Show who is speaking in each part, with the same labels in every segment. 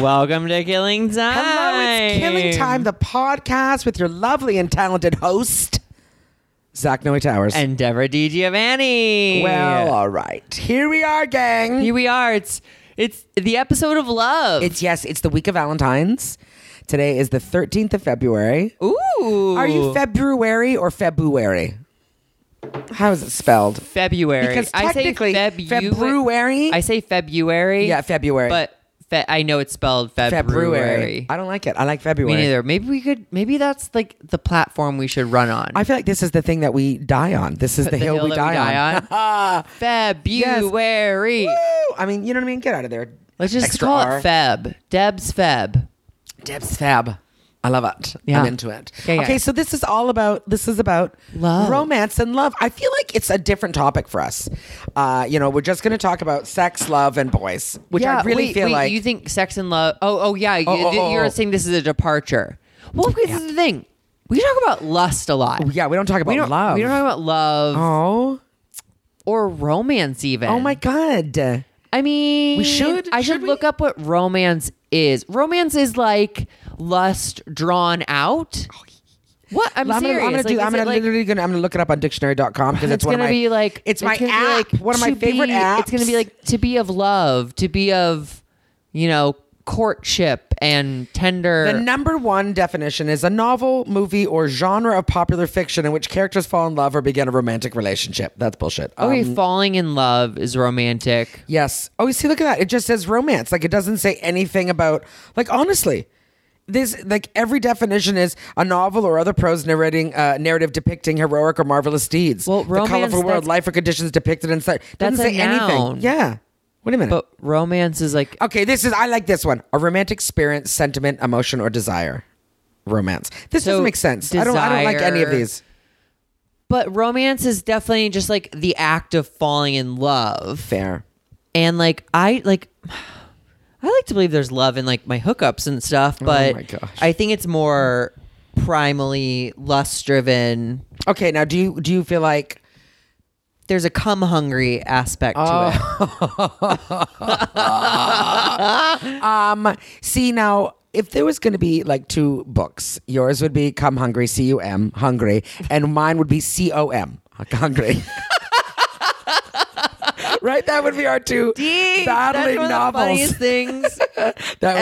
Speaker 1: Welcome to Killing Time.
Speaker 2: Hello, it's Killing Time, the podcast with your lovely and talented host, Zach Noe Towers.
Speaker 1: And Deborah D. Giovanni.
Speaker 2: well, uh, all right. Here we are, gang.
Speaker 1: here we are. It's it's the episode of love.
Speaker 2: it's yes, it's the week of Valentine's. Today is the 13th of February.
Speaker 1: ooh.
Speaker 2: Are you February or February? How is it spelled?
Speaker 1: February?
Speaker 2: Because
Speaker 1: I say
Speaker 2: technically,
Speaker 1: Febu-
Speaker 2: February-
Speaker 1: I say February.
Speaker 2: Yeah, February.
Speaker 1: But fe- I know it's spelled February.
Speaker 2: I don't like it. I like February.
Speaker 1: Me neither. Maybe we could. Maybe that's like the platform we should run on.
Speaker 2: I feel like this is the thing that we die on. This is the, hill, we,
Speaker 1: that
Speaker 2: die on.
Speaker 1: February.
Speaker 2: Woo! I mean, you know what I mean? Get out of there.
Speaker 1: Let's just
Speaker 2: Extra
Speaker 1: call
Speaker 2: R.
Speaker 1: it Feb. Deb's Feb.
Speaker 2: Deb's Fab. I love it.
Speaker 1: Yeah.
Speaker 2: I'm into it.
Speaker 1: Yeah, yeah.
Speaker 2: Okay, so this is all about this is about
Speaker 1: Love.
Speaker 2: romance and love. I feel like it's a different topic for us. Uh, you know, we're just going to talk about sex, love, and boys, which I really
Speaker 1: wait,
Speaker 2: feel
Speaker 1: wait,
Speaker 2: like.
Speaker 1: you think sex and love. Oh, oh yeah. you,
Speaker 2: oh, oh,
Speaker 1: you're
Speaker 2: oh.
Speaker 1: saying this is a departure. Well, because this is the thing. We talk about lust a lot.
Speaker 2: Oh, yeah, we don't talk about
Speaker 1: we don't.
Speaker 2: love.
Speaker 1: We don't talk about love
Speaker 2: oh,
Speaker 1: or romance even.
Speaker 2: oh my god.
Speaker 1: I mean,
Speaker 2: We should-
Speaker 1: I should,
Speaker 2: should we?
Speaker 1: look up what romance is. Romance is like lust drawn out. What I'm,
Speaker 2: I'm gonna,
Speaker 1: serious.
Speaker 2: I'm gonna do.
Speaker 1: Like,
Speaker 2: I'm
Speaker 1: is
Speaker 2: gonna
Speaker 1: it like-
Speaker 2: literally gonna. I'm gonna look it up on dictionary.com because it's,
Speaker 1: it's
Speaker 2: one of
Speaker 1: gonna
Speaker 2: my.
Speaker 1: be like
Speaker 2: it's my
Speaker 1: gonna be
Speaker 2: app. one of my
Speaker 1: to
Speaker 2: favorite
Speaker 1: be-
Speaker 2: apps.
Speaker 1: It's gonna be like to be of love, to be of you know courtship and tender.
Speaker 2: The number one definition is a novel, movie, or genre of popular fiction in which characters fall in love or begin a romantic relationship. That's bullshit.
Speaker 1: okay,
Speaker 2: Um,
Speaker 1: falling in love is romantic.
Speaker 2: yes. Oh, you see, look at that. It just says romance. Like it doesn't say anything about. Like honestly, this like every definition is a novel or other prose narrating uh, narrative depicting heroic or marvelous deeds.
Speaker 1: Well, romance,
Speaker 2: the colorful world,
Speaker 1: that's-
Speaker 2: life or conditions depicted in such. Doesn't
Speaker 1: That's a
Speaker 2: say anything.
Speaker 1: noun.
Speaker 2: Yeah. Wait a minute.
Speaker 1: But romance is like
Speaker 2: Okay, this is I like this one. A romantic experience, sentiment, emotion, or desire. Romance. This
Speaker 1: So,
Speaker 2: doesn't make sense. I don't. I don't like any of
Speaker 1: desire-
Speaker 2: these.
Speaker 1: but romance is definitely just like the act of falling in love.
Speaker 2: Fair.
Speaker 1: and like I like I like to believe there's love in like my hookups and stuff, but
Speaker 2: Oh my gosh.
Speaker 1: I think it's more primally lust driven.
Speaker 2: Okay, now do you do you feel like?
Speaker 1: There's a come hungry aspect to
Speaker 2: Oh,
Speaker 1: it.
Speaker 2: Um, see now, if there was going to be like two books, yours would be "Come Hungry," C U M, hungry, and mine would be C O M, hungry. right, that would be our two battling
Speaker 1: That's one
Speaker 2: novels.
Speaker 1: Of the funniest things
Speaker 2: that would be our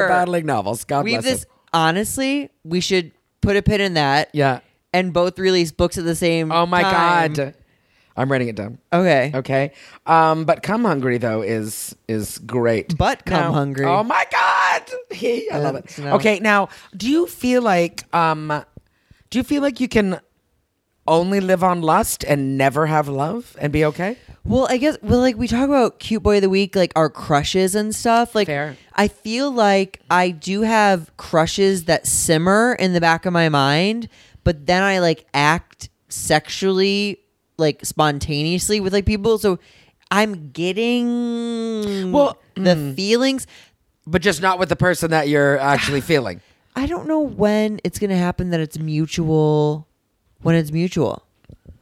Speaker 1: ever.
Speaker 2: battling novels. God
Speaker 1: we have
Speaker 2: bless
Speaker 1: this.
Speaker 2: us.
Speaker 1: Honestly, we should put a pin in that.
Speaker 2: Yeah.
Speaker 1: and both release books at the same.
Speaker 2: Oh my
Speaker 1: time.
Speaker 2: god, I'm writing it down.
Speaker 1: Okay.
Speaker 2: Okay. Um, but come hungry though is is great.
Speaker 1: But Come
Speaker 2: Now-
Speaker 1: Hungry.
Speaker 2: Oh my god. He- I love it.
Speaker 1: no.
Speaker 2: Okay, now do you feel like um do you feel like you can only live on lust and never have love and be okay?
Speaker 1: Well, I guess well, like we talk about cute boy of the week, like our crushes and stuff. Like
Speaker 2: Fair.
Speaker 1: I feel like I do have crushes that simmer in the back of my mind, but then I like act sexually, like spontaneously with like people. So I'm getting
Speaker 2: Well, mm.
Speaker 1: the feelings.
Speaker 2: But just not with the person that you're actually feeling.
Speaker 1: I don't know when it's gonna happen that it's mutual. When it's mutual,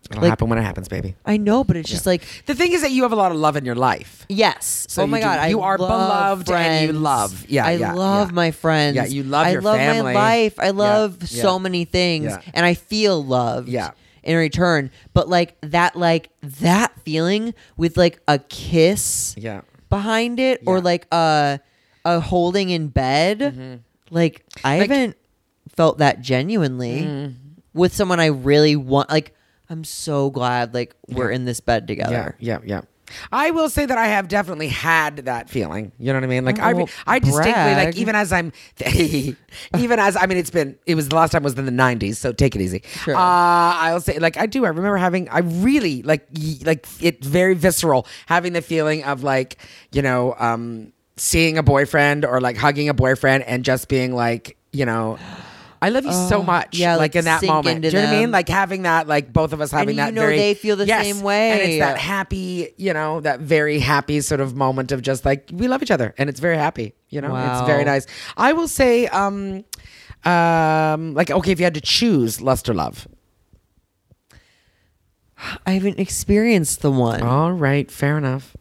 Speaker 2: It'll
Speaker 1: Like-
Speaker 2: happen when it happens, baby.
Speaker 1: I know, but it's just like
Speaker 2: The thing is that you have a lot of love in your life.
Speaker 1: Yes.
Speaker 2: So
Speaker 1: oh my
Speaker 2: you do-
Speaker 1: god, I
Speaker 2: you are
Speaker 1: love
Speaker 2: beloved and you
Speaker 1: friends.
Speaker 2: love. Yeah,
Speaker 1: I
Speaker 2: yeah,
Speaker 1: love
Speaker 2: yeah.
Speaker 1: my friends.
Speaker 2: Yeah, you love
Speaker 1: I
Speaker 2: your
Speaker 1: love my
Speaker 2: family.
Speaker 1: life. I
Speaker 2: Yeah,
Speaker 1: love
Speaker 2: yeah.
Speaker 1: so many things,
Speaker 2: Yeah.
Speaker 1: and I feel loved.
Speaker 2: Yeah.
Speaker 1: In return, but like that, like that feeling with like a kiss
Speaker 2: Yeah.
Speaker 1: behind it, or
Speaker 2: Yeah. Mm-hmm.
Speaker 1: like a a holding in bed. Like I haven't felt that genuinely
Speaker 2: Mm-hmm.
Speaker 1: with someone I really want. Like I'm so glad like we're in this bed
Speaker 2: Yeah,
Speaker 1: together.
Speaker 2: yeah, yeah. I will say that I have definitely had that feeling. You know what I mean? Like I,
Speaker 1: Oh,
Speaker 2: re- I distinctly
Speaker 1: brag.
Speaker 2: like even as I'm, even as I mean, it's been it was the last time was in the '90s, so take it easy.
Speaker 1: Sure.
Speaker 2: Uh, I'll say like I do. I remember having I really like y- like it very visceral having the feeling of like you know um seeing a boyfriend or like hugging a boyfriend and just being like you know. I love you so much.
Speaker 1: Oh, yeah,
Speaker 2: like,
Speaker 1: like
Speaker 2: in that
Speaker 1: sink
Speaker 2: moment.
Speaker 1: into
Speaker 2: Do you know what I mean?
Speaker 1: them.
Speaker 2: Like having that, like both of us
Speaker 1: you
Speaker 2: having that.
Speaker 1: know
Speaker 2: very-
Speaker 1: they feel the
Speaker 2: Yes.
Speaker 1: same way.
Speaker 2: And it's that happy, you know, that very happy sort of moment of just like we love each other and it's very happy, you know. It's very
Speaker 1: Wow.
Speaker 2: nice. I will say um um like okay, if you had to choose lust or love.
Speaker 1: I haven't experienced the one.
Speaker 2: All right, fair enough.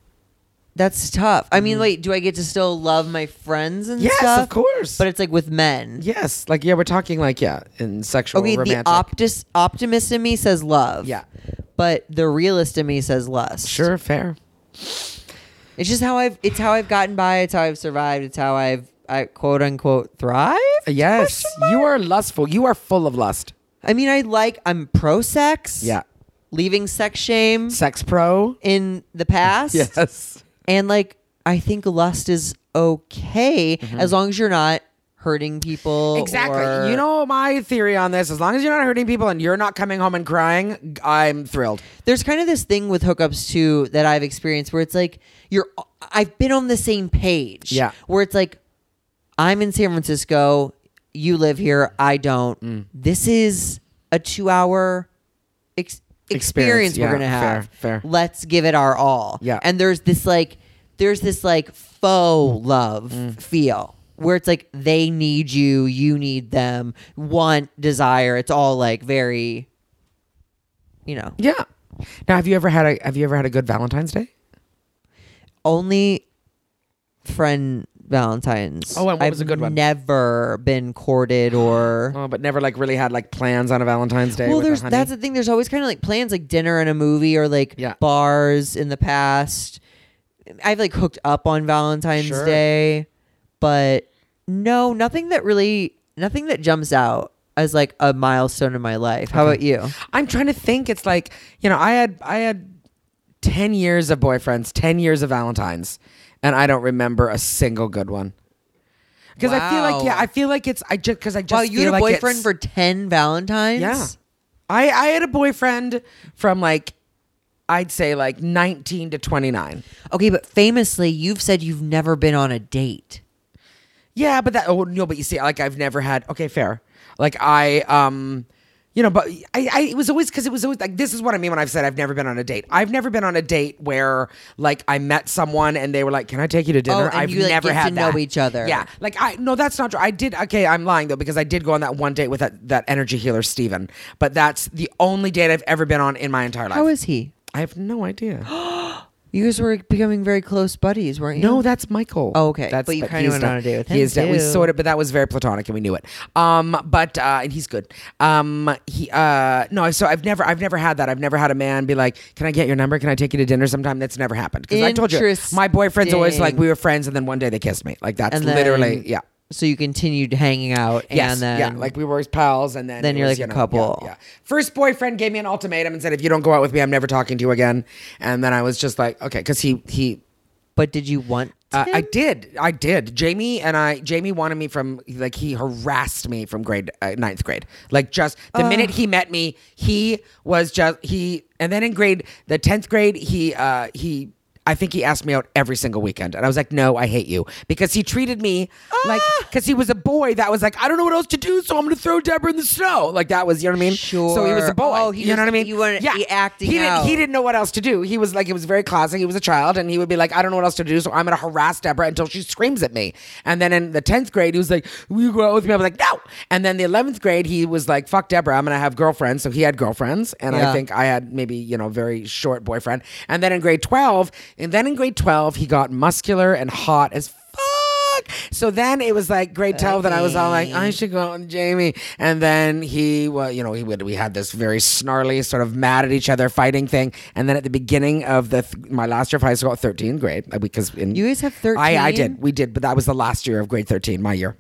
Speaker 1: That's tough. I mean, wait, do I get to still love my friends and
Speaker 2: Mm-hmm. Yes,
Speaker 1: stuff?
Speaker 2: of course.
Speaker 1: But it's like with men.
Speaker 2: yes, like yeah, we're talking like yeah, in sexual
Speaker 1: okay,
Speaker 2: romantic.
Speaker 1: Oh, the optis- optimist in me says love.
Speaker 2: Yeah.
Speaker 1: But the realist in me says lust.
Speaker 2: sure, fair.
Speaker 1: It's just how I've it's how I've gotten by, it's how I've survived, it's how I've I quote unquote thrive.
Speaker 2: Uh, Yes, you are lustful. You are full of lust.
Speaker 1: I mean I like I'm pro sex.
Speaker 2: Yeah,
Speaker 1: Leaving sex shame
Speaker 2: sex pro.
Speaker 1: in the past.
Speaker 2: Yes,
Speaker 1: And like I think lust is okay as long as you're not hurting people.
Speaker 2: Mm-hmm. exactly.
Speaker 1: or-
Speaker 2: You know my theory on this. As long as you're not hurting people and you're not coming home and crying, I'm thrilled.
Speaker 1: there's kind of this thing with hookups too that I've experienced where it's like you're I've been on the same page.
Speaker 2: Yeah.
Speaker 1: Where it's like I'm in San Francisco, you live here, I don't.
Speaker 2: Mm.
Speaker 1: This is a 2-hour ex- experience,
Speaker 2: Experience,
Speaker 1: we're
Speaker 2: yeah,
Speaker 1: going to have.
Speaker 2: fair, fair.
Speaker 1: Let's give it our all.
Speaker 2: Yeah.
Speaker 1: And there's this like there's this like
Speaker 2: Mm.
Speaker 1: faux love feel where it's like they need you, you need them, want, desire, it's all like very you know.
Speaker 2: Yeah. Now, have you ever had a Have you ever had a good Valentine's Day?
Speaker 1: only friend Valentine's.
Speaker 2: Oh, and what
Speaker 1: I've
Speaker 2: was a good one?
Speaker 1: Never been courted or.
Speaker 2: Oh, but never like really had like plans on a Valentine's Day.
Speaker 1: Well,
Speaker 2: with a
Speaker 1: there's
Speaker 2: honey?
Speaker 1: that's the thing. There's always kind of like plans, like dinner and a movie, or like
Speaker 2: Yeah.
Speaker 1: bars in the past. I've like hooked up on Valentine's
Speaker 2: Sure.
Speaker 1: Day, but no, nothing that really, nothing that jumps out as like a milestone in my life. How about you?
Speaker 2: I'm trying to think. It's like you know, I had I had ten years of boyfriends, ten years of Valentines, and I don't remember a single good one. Because I feel like yeah,
Speaker 1: Wow.
Speaker 2: I feel like it's I just because I just
Speaker 1: Wow, you
Speaker 2: feel
Speaker 1: had a
Speaker 2: like it's-
Speaker 1: boyfriend for ten Valentines.
Speaker 2: yeah. I I had a boyfriend from like I'd say like 19 to 29.
Speaker 1: Okay, but famously, you've said you've never been on a date.
Speaker 2: Yeah, but that oh no, but you see, like I've never had okay, fair. Like I um you know, but I, I it was always because it was always like this is what I mean when I've said I've never been on a date. I've never been on a date where like I met someone and they were like, "Can I take you to dinner?"
Speaker 1: Oh, and
Speaker 2: I've
Speaker 1: you, like,
Speaker 2: never
Speaker 1: get to
Speaker 2: had that.
Speaker 1: know each other.
Speaker 2: Yeah, like I no, that's not true. I did okay. I'm lying though because I did go on that one date with that, that energy healer Steven. but that's the only date I've ever been on in my entire life.
Speaker 1: How is he?
Speaker 2: I have no idea.
Speaker 1: You guys were becoming very close buddies, weren't you?
Speaker 2: no, that's Michael.
Speaker 1: Oh, okay.
Speaker 2: that's,
Speaker 1: But you kinda
Speaker 2: he's
Speaker 1: went
Speaker 2: not-
Speaker 1: on a date with
Speaker 2: he
Speaker 1: him,
Speaker 2: is not- We
Speaker 1: too.
Speaker 2: sort of, but that was very platonic, and we knew it. Um, but uh, and he's good. Um, he uh, no, so I've never, I've never had that. I've never had a man be like, "Can I get your number? Can I take you to dinner sometime?" That's never happened because I told you my boyfriend's always like
Speaker 1: Interesting.
Speaker 2: we were friends, and then one day they kissed me. Like that's
Speaker 1: And then-
Speaker 2: literally yeah.
Speaker 1: So you continued hanging out,
Speaker 2: Yes,
Speaker 1: and then
Speaker 2: yeah, like we were as pals, and then
Speaker 1: Then
Speaker 2: it
Speaker 1: you're
Speaker 2: was,
Speaker 1: like a
Speaker 2: you know,
Speaker 1: couple.
Speaker 2: Yeah, yeah. First boyfriend gave me an ultimatum and said, "If you don't go out with me, I'm never talking to you again." And then I was just like, "Okay," because he he
Speaker 1: but did you want?
Speaker 2: uh, I
Speaker 1: him?
Speaker 2: did. I did. Jamie and I. Jamie wanted me from like he harassed me from grade uh, ninth grade. Like just the minute he met me, he was just he. And then in grade the tenth grade, he uh he. I think he asked me out every single weekend, and I was like, "No, I hate you," because he treated me like
Speaker 1: Ah.
Speaker 2: because he was a boy that was like, "I don't know what else to do, so I'm going to throw Deborah in the snow." Like that was, you know what I mean? So he was
Speaker 1: Sure.
Speaker 2: a boy.
Speaker 1: Oh, he
Speaker 2: you know
Speaker 1: just-
Speaker 2: what I mean?
Speaker 1: you wanted- he acting
Speaker 2: He didn't.
Speaker 1: out.
Speaker 2: He didn't didn't know what else to do. He was like, it was very classic. He was a child, and he would be like, I don't know what else to do, so I'm gonna harass Deborah until she screams at me. And then in the tenth grade, he was like, Will you go out with me? I was like, No. And then the eleventh grade, he was like, Fuck Deborah, I'm gonna have girlfriends. So he had girlfriends, and
Speaker 1: Yeah.
Speaker 2: I think I had maybe you know very short boyfriend. And then in grade twelve, and then in grade twelve, he got muscular and hot as. fuck. So then it was like grade twelve that I was all like, I should go out with Jamie. And then he, well, you know, he would. We had this very snarly, sort of mad at each other, fighting thing. And then at the beginning of the th- my last year of high school, thirteenth grade, uh, because in
Speaker 1: You guys have
Speaker 2: I, I
Speaker 1: 13?
Speaker 2: did, we did, but that was the last year of grade thirteen, my year.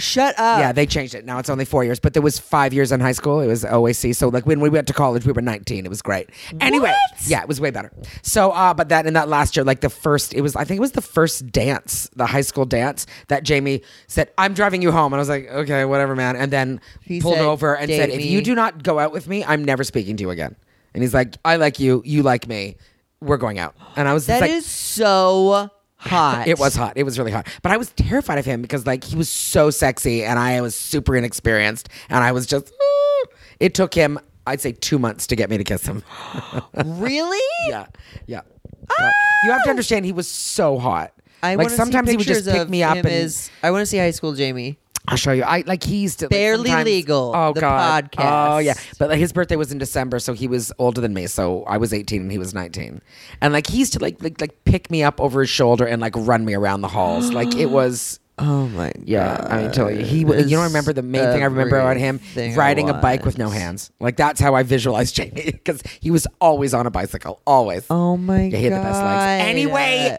Speaker 1: Shut up.
Speaker 2: Yeah, they changed it. Now it's only four years, but there was five years in high school. It was OAC. So like when we went to college, we were nineteen. It was great. Anyway, yeah, it was way better. So, uh, but that in that last year, like the first, it was I think it was the first dance, the high school dance that Jamie said, "I'm driving you home," and I was like, "Okay, whatever, man." And then
Speaker 1: He
Speaker 2: pulled
Speaker 1: said,
Speaker 2: over and
Speaker 1: "Date
Speaker 2: said, "If you
Speaker 1: me."
Speaker 2: do not go out with me, I'm never speaking to you again." And he's like, "I like you. You like me. We're going out." And I was just
Speaker 1: that is
Speaker 2: like,
Speaker 1: so hot.
Speaker 2: it was hot. It was really hot. But I was terrified of him because like he was so sexy and I was super inexperienced and I was just "Ooh." it took him I'd say 2 months to get me to kiss him.
Speaker 1: really.
Speaker 2: yeah. Yeah. God. You have to understand he was so hot.
Speaker 1: Ah! I
Speaker 2: like
Speaker 1: wanna see
Speaker 2: sometimes he would just
Speaker 1: pictures
Speaker 2: pick
Speaker 1: of
Speaker 2: me up
Speaker 1: him
Speaker 2: and
Speaker 1: as- I want to see high school Jamie.
Speaker 2: I'll show you. I like he's still, like,
Speaker 1: Barely
Speaker 2: sometimes-
Speaker 1: Legal,
Speaker 2: Oh
Speaker 1: the
Speaker 2: god.
Speaker 1: podcast.
Speaker 2: Oh yeah. But like his birthday was in December, so he was older than me. So I was 18 and he was 19, and like he used to like like like pick me up over his shoulder and like run me around the halls. like it was
Speaker 1: Oh my god.
Speaker 2: yeah, I mean, totally. He, you don't remember the main thing I remember about him
Speaker 1: everything I
Speaker 2: riding a bike with no
Speaker 1: want.
Speaker 2: hands. Like that's how I visualize Jamie because he was always on a bicycle, always.
Speaker 1: Oh my god.
Speaker 2: Yeah, he had the best legs. Anyway,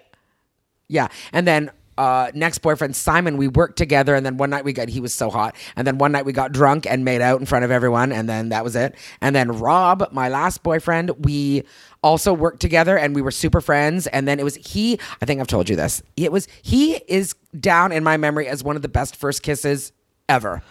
Speaker 2: yeah. And then uh, next boyfriend Simon, we worked together, and then one night we got he was so hot, and then one night we got drunk and made out in front of everyone, and then that was it. And then Rob, my last boyfriend, we also worked together, and we were super friends. And then it was he. I think I've told you this. It was he is down in my memory as one of the best first kisses ever.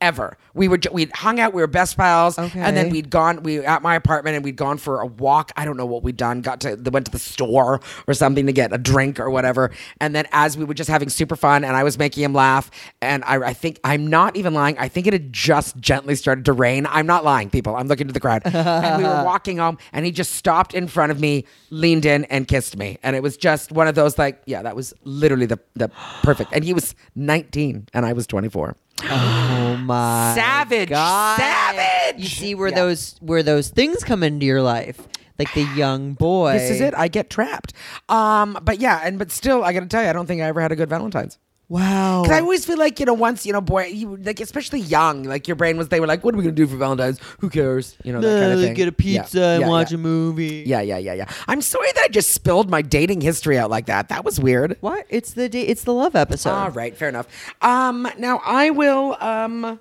Speaker 2: Ever we were we hung out we were best pals and then
Speaker 1: Okay.
Speaker 2: we we'd gone we were at my apartment and we'd gone for a walk i don't know what we'd done got to they went to the store or something to get a drink or whatever and then as we were just having super fun and i was making him laugh and i, I think i'm not even lying i think it had just gently started to rain i'm not lying people i'm looking to the crowd and we were walking home and he just stopped in front of me leaned in and kissed me and it was just one of those like yeah that was literally the, the perfect and he was 19 and i was 24
Speaker 1: Oh my
Speaker 2: Savage,
Speaker 1: God.
Speaker 2: savage!
Speaker 1: You see where
Speaker 2: Yeah.
Speaker 1: those where those things come into your life, like the young boy.
Speaker 2: This is it. I get trapped. Um, but yeah, and but still, I gotta tell you, I don't think I ever had a good Valentine's.
Speaker 1: Wow.
Speaker 2: Because I always feel like you know, once you know, boy, you, like especially young, like your brain was. They were like, "What are we gonna do for Valentine's? Who cares?" You know, that kind of
Speaker 1: Uh,
Speaker 2: thing.
Speaker 1: get a pizza
Speaker 2: yeah.
Speaker 1: and
Speaker 2: yeah,
Speaker 1: watch
Speaker 2: yeah.
Speaker 1: a movie.
Speaker 2: Yeah, yeah, yeah, yeah. I'm sorry that I just spilled my dating history out like that. That was weird.
Speaker 1: What? It's the day. It's the love episode.
Speaker 2: All right, fair enough. Um, now I will. Um,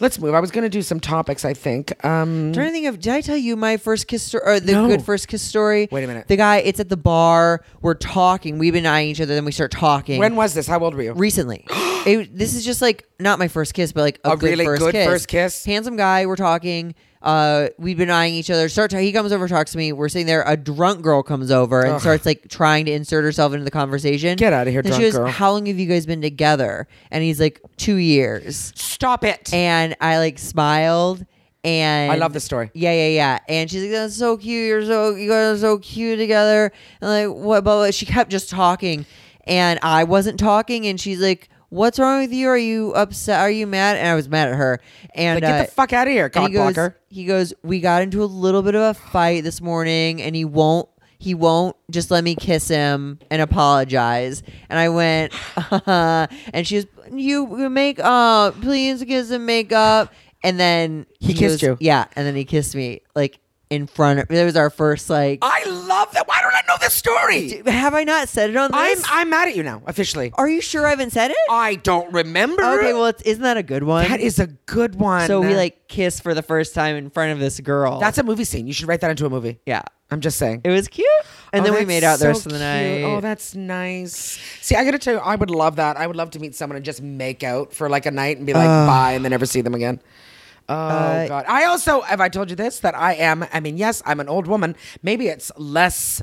Speaker 2: let's move. I was gonna do some topics. I think. Um,
Speaker 1: I'm trying to think of did I tell you my first kiss story or the
Speaker 2: No.
Speaker 1: good first kiss story?
Speaker 2: Wait a minute.
Speaker 1: The guy, it's at the bar. We're talking. We've been eyeing each other. Then we start talking.
Speaker 2: when was this? How old were you?
Speaker 1: recently. it, this is just like not my first kiss, but like a,
Speaker 2: A
Speaker 1: good
Speaker 2: really
Speaker 1: first
Speaker 2: good
Speaker 1: kiss.
Speaker 2: first kiss?
Speaker 1: Handsome guy. We're talking. Uh, we've been eyeing each other. Start. he comes over, talks to me. We're sitting there. A drunk girl comes over and starts like trying to insert herself into the conversation.
Speaker 2: Get outta here,
Speaker 1: Then she
Speaker 2: drunk
Speaker 1: goes,
Speaker 2: girl.
Speaker 1: "How long have you guys been together?" And he's like, two years."
Speaker 2: Stop it.
Speaker 1: and I like smiled. And
Speaker 2: I love this story.
Speaker 1: Yeah, yeah, yeah. And she's like, "That's so cute. You're so you guys are so cute together." And like, what? Blah, blah. She kept just talking, and I wasn't talking. And she's like, "What's wrong with you? Are you upset? Are you mad?" And I was mad at her. And
Speaker 2: Like, get
Speaker 1: uh,
Speaker 2: the fuck out of here,
Speaker 1: and
Speaker 2: cock
Speaker 1: he goes,
Speaker 2: blocker.
Speaker 1: He goes, We got into a little bit of a fight this morning and he won't he won't just let me kiss him and apologize. And I went, and she was you you make up, please kiss and make up. And then he, goes,
Speaker 2: kissed you.
Speaker 1: Yeah, and then he kissed me like in front of it was our first like
Speaker 2: I love that. Why don't I know this story?
Speaker 1: have I not said it on
Speaker 2: I'm
Speaker 1: this?
Speaker 2: I'm mad at you now, officially.
Speaker 1: Are you sure I haven't said it?
Speaker 2: I don't remember.
Speaker 1: okay, well it's, isn't that a good one?
Speaker 2: that is a good one.
Speaker 1: so we like kissed for the first time in front of this girl.
Speaker 2: that's a movie scene. You should write that into a movie.
Speaker 1: yeah.
Speaker 2: I'm just saying.
Speaker 1: It was cute. And
Speaker 2: Oh,
Speaker 1: then we
Speaker 2: that's
Speaker 1: made out the
Speaker 2: so
Speaker 1: rest of the night.
Speaker 2: cute. Oh, that's nice. See, I gotta tell you, I would love that. I would love to meet someone and just make out for like a night and be like, bye, and then never see them again. Oh
Speaker 1: Uh,
Speaker 2: God! I also have I told you this that I am. I mean, yes, I'm an old woman. Maybe it's less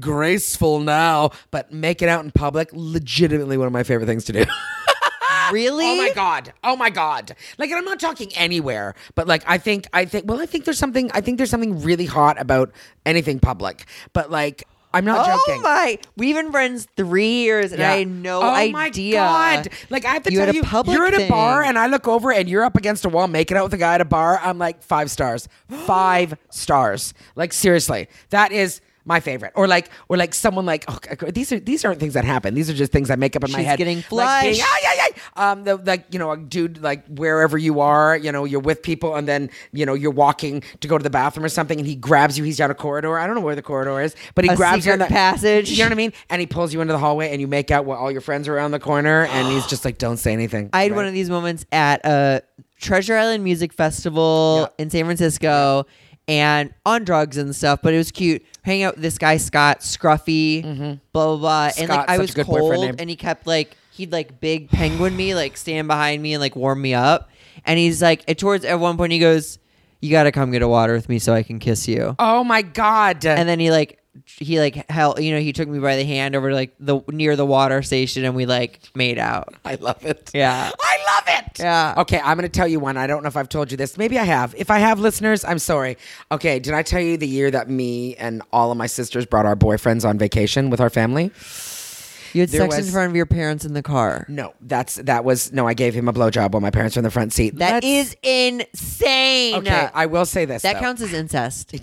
Speaker 2: graceful now, but making out in public, legitimately one of my favorite things to do.
Speaker 1: really?
Speaker 2: Oh my god. Oh my god. Like and I'm not talking anywhere, but like I think I think well I think there's something I think there's something really hot about anything public. But like I'm not
Speaker 1: Oh
Speaker 2: joking.
Speaker 1: my! We've been friends three years, and
Speaker 2: Yeah.
Speaker 1: I had no
Speaker 2: oh
Speaker 1: idea.
Speaker 2: my god. Like I have to
Speaker 1: You
Speaker 2: tell
Speaker 1: had a
Speaker 2: you
Speaker 1: public
Speaker 2: you're at a bar
Speaker 1: thing.
Speaker 2: and I look over and you're up against a wall making out with a guy at a bar. I'm like 5 stars. 5 stars. Like seriously. That is my favorite, or like, or like someone like, oh, these are these aren't things that happen. These are just things I make up in my
Speaker 1: She's
Speaker 2: head.
Speaker 1: getting
Speaker 2: Like being,
Speaker 1: flushed.
Speaker 2: "Ah, yeah, yeah. Um, the, like you know, a dude, like wherever you are, you know, you're with people, and then you know you're walking to go to the bathroom or something, and he grabs you. He's down a corridor. I don't know where the corridor is, but he
Speaker 1: A
Speaker 2: grabs you in
Speaker 1: secret
Speaker 2: the
Speaker 1: passage.
Speaker 2: You know what I mean? And he pulls you into the hallway, and you make out while all your friends are around the corner, and he's just like, "Don't say anything."
Speaker 1: I had one of these moments at a Treasure Island Music Festival in San Francisco, and on drugs and stuff. But it was cute. Hang out with this guy Scott Scruffy, blah blah blah. and
Speaker 2: Mm-hmm. Scott's
Speaker 1: like I
Speaker 2: such a
Speaker 1: was
Speaker 2: good boyfriend
Speaker 1: cold,
Speaker 2: name.
Speaker 1: and he kept like he'd like big penguin me, like stand behind me and like warm me up. And he's like, and towards at one point he goes, "You got to come get a water with me so I can kiss you."
Speaker 2: Oh my god!
Speaker 1: and then he like he like held you know he took me by the hand over to like the near the water station and we like made out
Speaker 2: I love it.
Speaker 1: Yeah.
Speaker 2: I love it.
Speaker 1: Yeah.
Speaker 2: Okay, I'm going to tell you one. I don't know if I've told you this. Maybe I have. If I have listeners, I'm sorry. Okay, did I tell you the year that me and all of my sisters brought our boyfriends on vacation with our family?
Speaker 1: You had
Speaker 2: There
Speaker 1: sex
Speaker 2: was-
Speaker 1: in front of your parents in the car.
Speaker 2: No, that's that was no. I gave him a blowjob while my parents were in the front seat.
Speaker 1: That
Speaker 2: Let's-
Speaker 1: is insane.
Speaker 2: okay. I will say this.
Speaker 1: that
Speaker 2: though.
Speaker 1: counts as incest.